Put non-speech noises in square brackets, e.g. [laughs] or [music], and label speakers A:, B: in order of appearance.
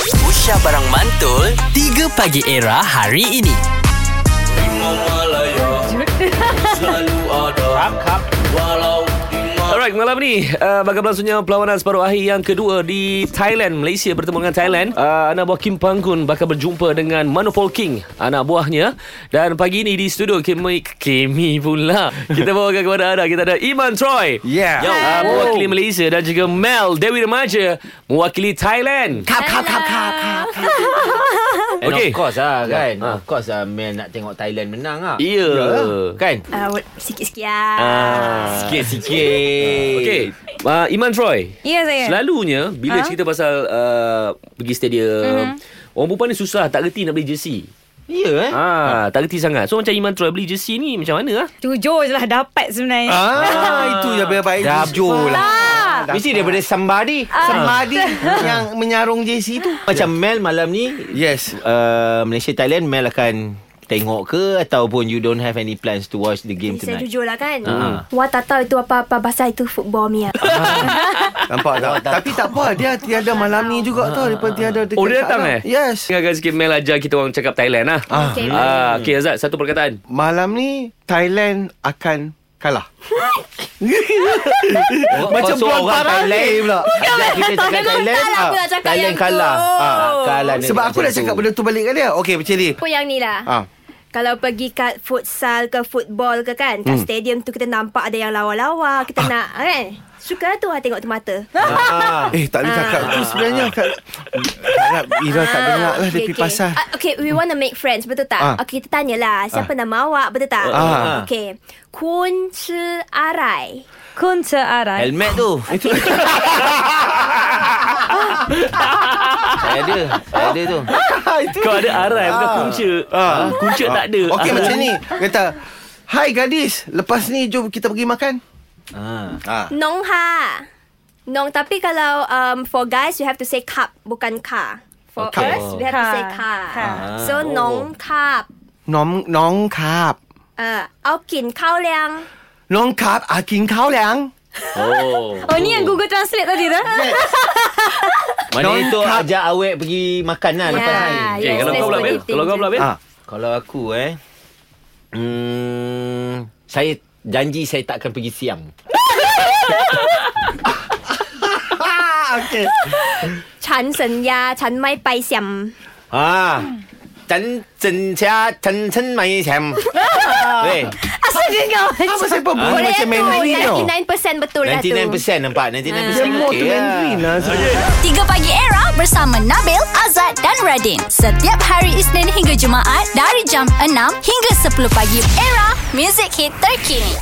A: Aisyah Barang Mantul 3 Pagi Era hari ini
B: Di Malaya selalu ada walau di mana
C: Alright, malam ni uh, bagaimana perlawanan separuh akhir yang kedua di Thailand, Malaysia bertemu dengan Thailand. Uh, anak buah Kim Panggun bakal berjumpa dengan Manopol King, anak buahnya. Dan pagi ni di studio Kimi, Kimi pula. Kita bawakan kepada anda, kita ada Iman Troy.
D: Yeah.
C: Yo, uh, mewakili Malaysia dan juga Mel Dewi Remaja mewakili Thailand.
D: Kap, kap, kap, kap, kap.
E: And
C: Okey.
E: okay. of course lah kan
C: Ha.
E: Of course lah Man nak tengok Thailand menang lah
C: Iya.
E: Kan
F: Ah, wait, Sikit-sikit lah
D: Ah.
E: Sikit-sikit
C: Okey, uh, Iman Troy.
F: Ya saya
C: Selalunya bila ha?
F: Ha?
C: cerita pasal uh, pergi stadium, mm-hmm. orang perempuan ni susah tak reti nak beli jersey.
E: Ya eh
C: Ah, tak reti sangat. So macam Iman Troy beli jersey ni macam mana ah?
F: Jujur je lah dapat sebenarnya
D: Ah, itu yang baik-baik
E: Dapat.
D: jujur lah.
E: Mesti daripada somebody
F: Ah.
D: Semadi
F: [laughs]
D: yang menyarung JC tu. Ya.
E: Macam Mel malam ni
D: Yes.
E: uh, Malaysia Thailand Mel akan Tengok ke Ataupun you don't have any plans To watch the game
F: Saya
E: tonight
F: jujur lah kan
E: Ah.
F: Wah tak tahu itu apa-apa Bahasa itu football ni ya.
E: [laughs]
D: Nampak tak? Tapi tak apa. Dia tiada malam ni juga tau. Daripada tiada dekat
C: Oh, dia datang
D: sana.
C: eh?
D: Yes.
C: Dengarkan sikit Mel ajar kita orang cakap Thailand lah. Ah,
F: Okey.
C: ah okey Azad, satu perkataan.
D: Malam ni, Thailand akan kalah. Macam
E: Kau seorang
D: buang parah ni pula.
E: Ajak kita
F: tak
E: cakap Thailand
F: memang kalah
E: ah,
F: pula cakap
E: Thailand
F: yang
E: kalah
F: tu.
E: Ah, Kalah dengan
D: Sebab aku
E: macam
D: dah cakap
E: tu.
D: benda tu balik ke dia. Okey, macam ni.
F: Apa yang ni lah
D: Ah.
F: Kalau pergi kat futsal ke football ke kan
D: Hmm.
F: Kat stadium tu kita nampak ada yang lawa-lawa Kita
D: Ah.
F: nak kan Suka tu lah tengok tu mata
E: ah.
D: Eh, tak boleh cakap tu sebenarnya. Kak- Harap Ira tak dengar lah. Dia
F: okay,
D: pergi
F: okay.
D: pasar.
F: Ah, okay, we want to make friends, betul tak?
D: Ah.
F: Okay, kita tanyalah. Siapa nama awak, betul tak?
D: Ah.
F: Okay. Kun Chi Arai.
G: Kun searai
E: Helmet tu Itu Saya ada Saya ada tu
D: Ha,
C: Kau ada arai bukan punca. Ah, punca tak ada.
D: Okey
C: Ah.
D: macam [laughs] ni Kata Hai gadis Lepas ni jom kita pergi makan
E: ah.
D: ah.
F: Nong ha. Nong tapi kalau um, for guys you have to say cup bukan car. For
D: Okay.
G: Oh.
F: us we have to say
G: Ka.
F: car.
G: Ka.
E: Ah.
F: So nong cup.
D: น้องน้องครับ
F: Uh, au kin kau liang.
D: น้องครับอากินข้าวแหลง
C: Oh.
G: Oh ni yang Google Translate tadi tu
E: Mana
D: Don't
E: itu
D: cut.
E: ajak awek pergi makan lah lepas
F: Ya,
E: ni.
C: Okey,
F: yes, that's
C: kalau kau pula
F: what
C: Mel,
F: they think.
C: kalau kau pula Mel.
D: [laughs] Ah.
E: Kalau aku eh. Hmm, saya janji saya tak akan pergi siang.
D: Ha, [laughs] Okey.
F: Chan sen ya, chan mai pai siam.
E: Ha. Dan zen cha chen chen mai siam. Weh,
F: Asal dia kau
D: Apa saya pun buat
F: Boleh
D: macam Mandarin tau.
F: 99% betul lah tu
E: 99% nampak 99%
D: More to
E: okey lah.
D: Mandarin lah.
H: 3 Pagi Era bersama Nabil, Azad dan Radin. Setiap hari Isnin hingga Jumaat dari jam 6 hingga 10 pagi. Era, music hit terkini.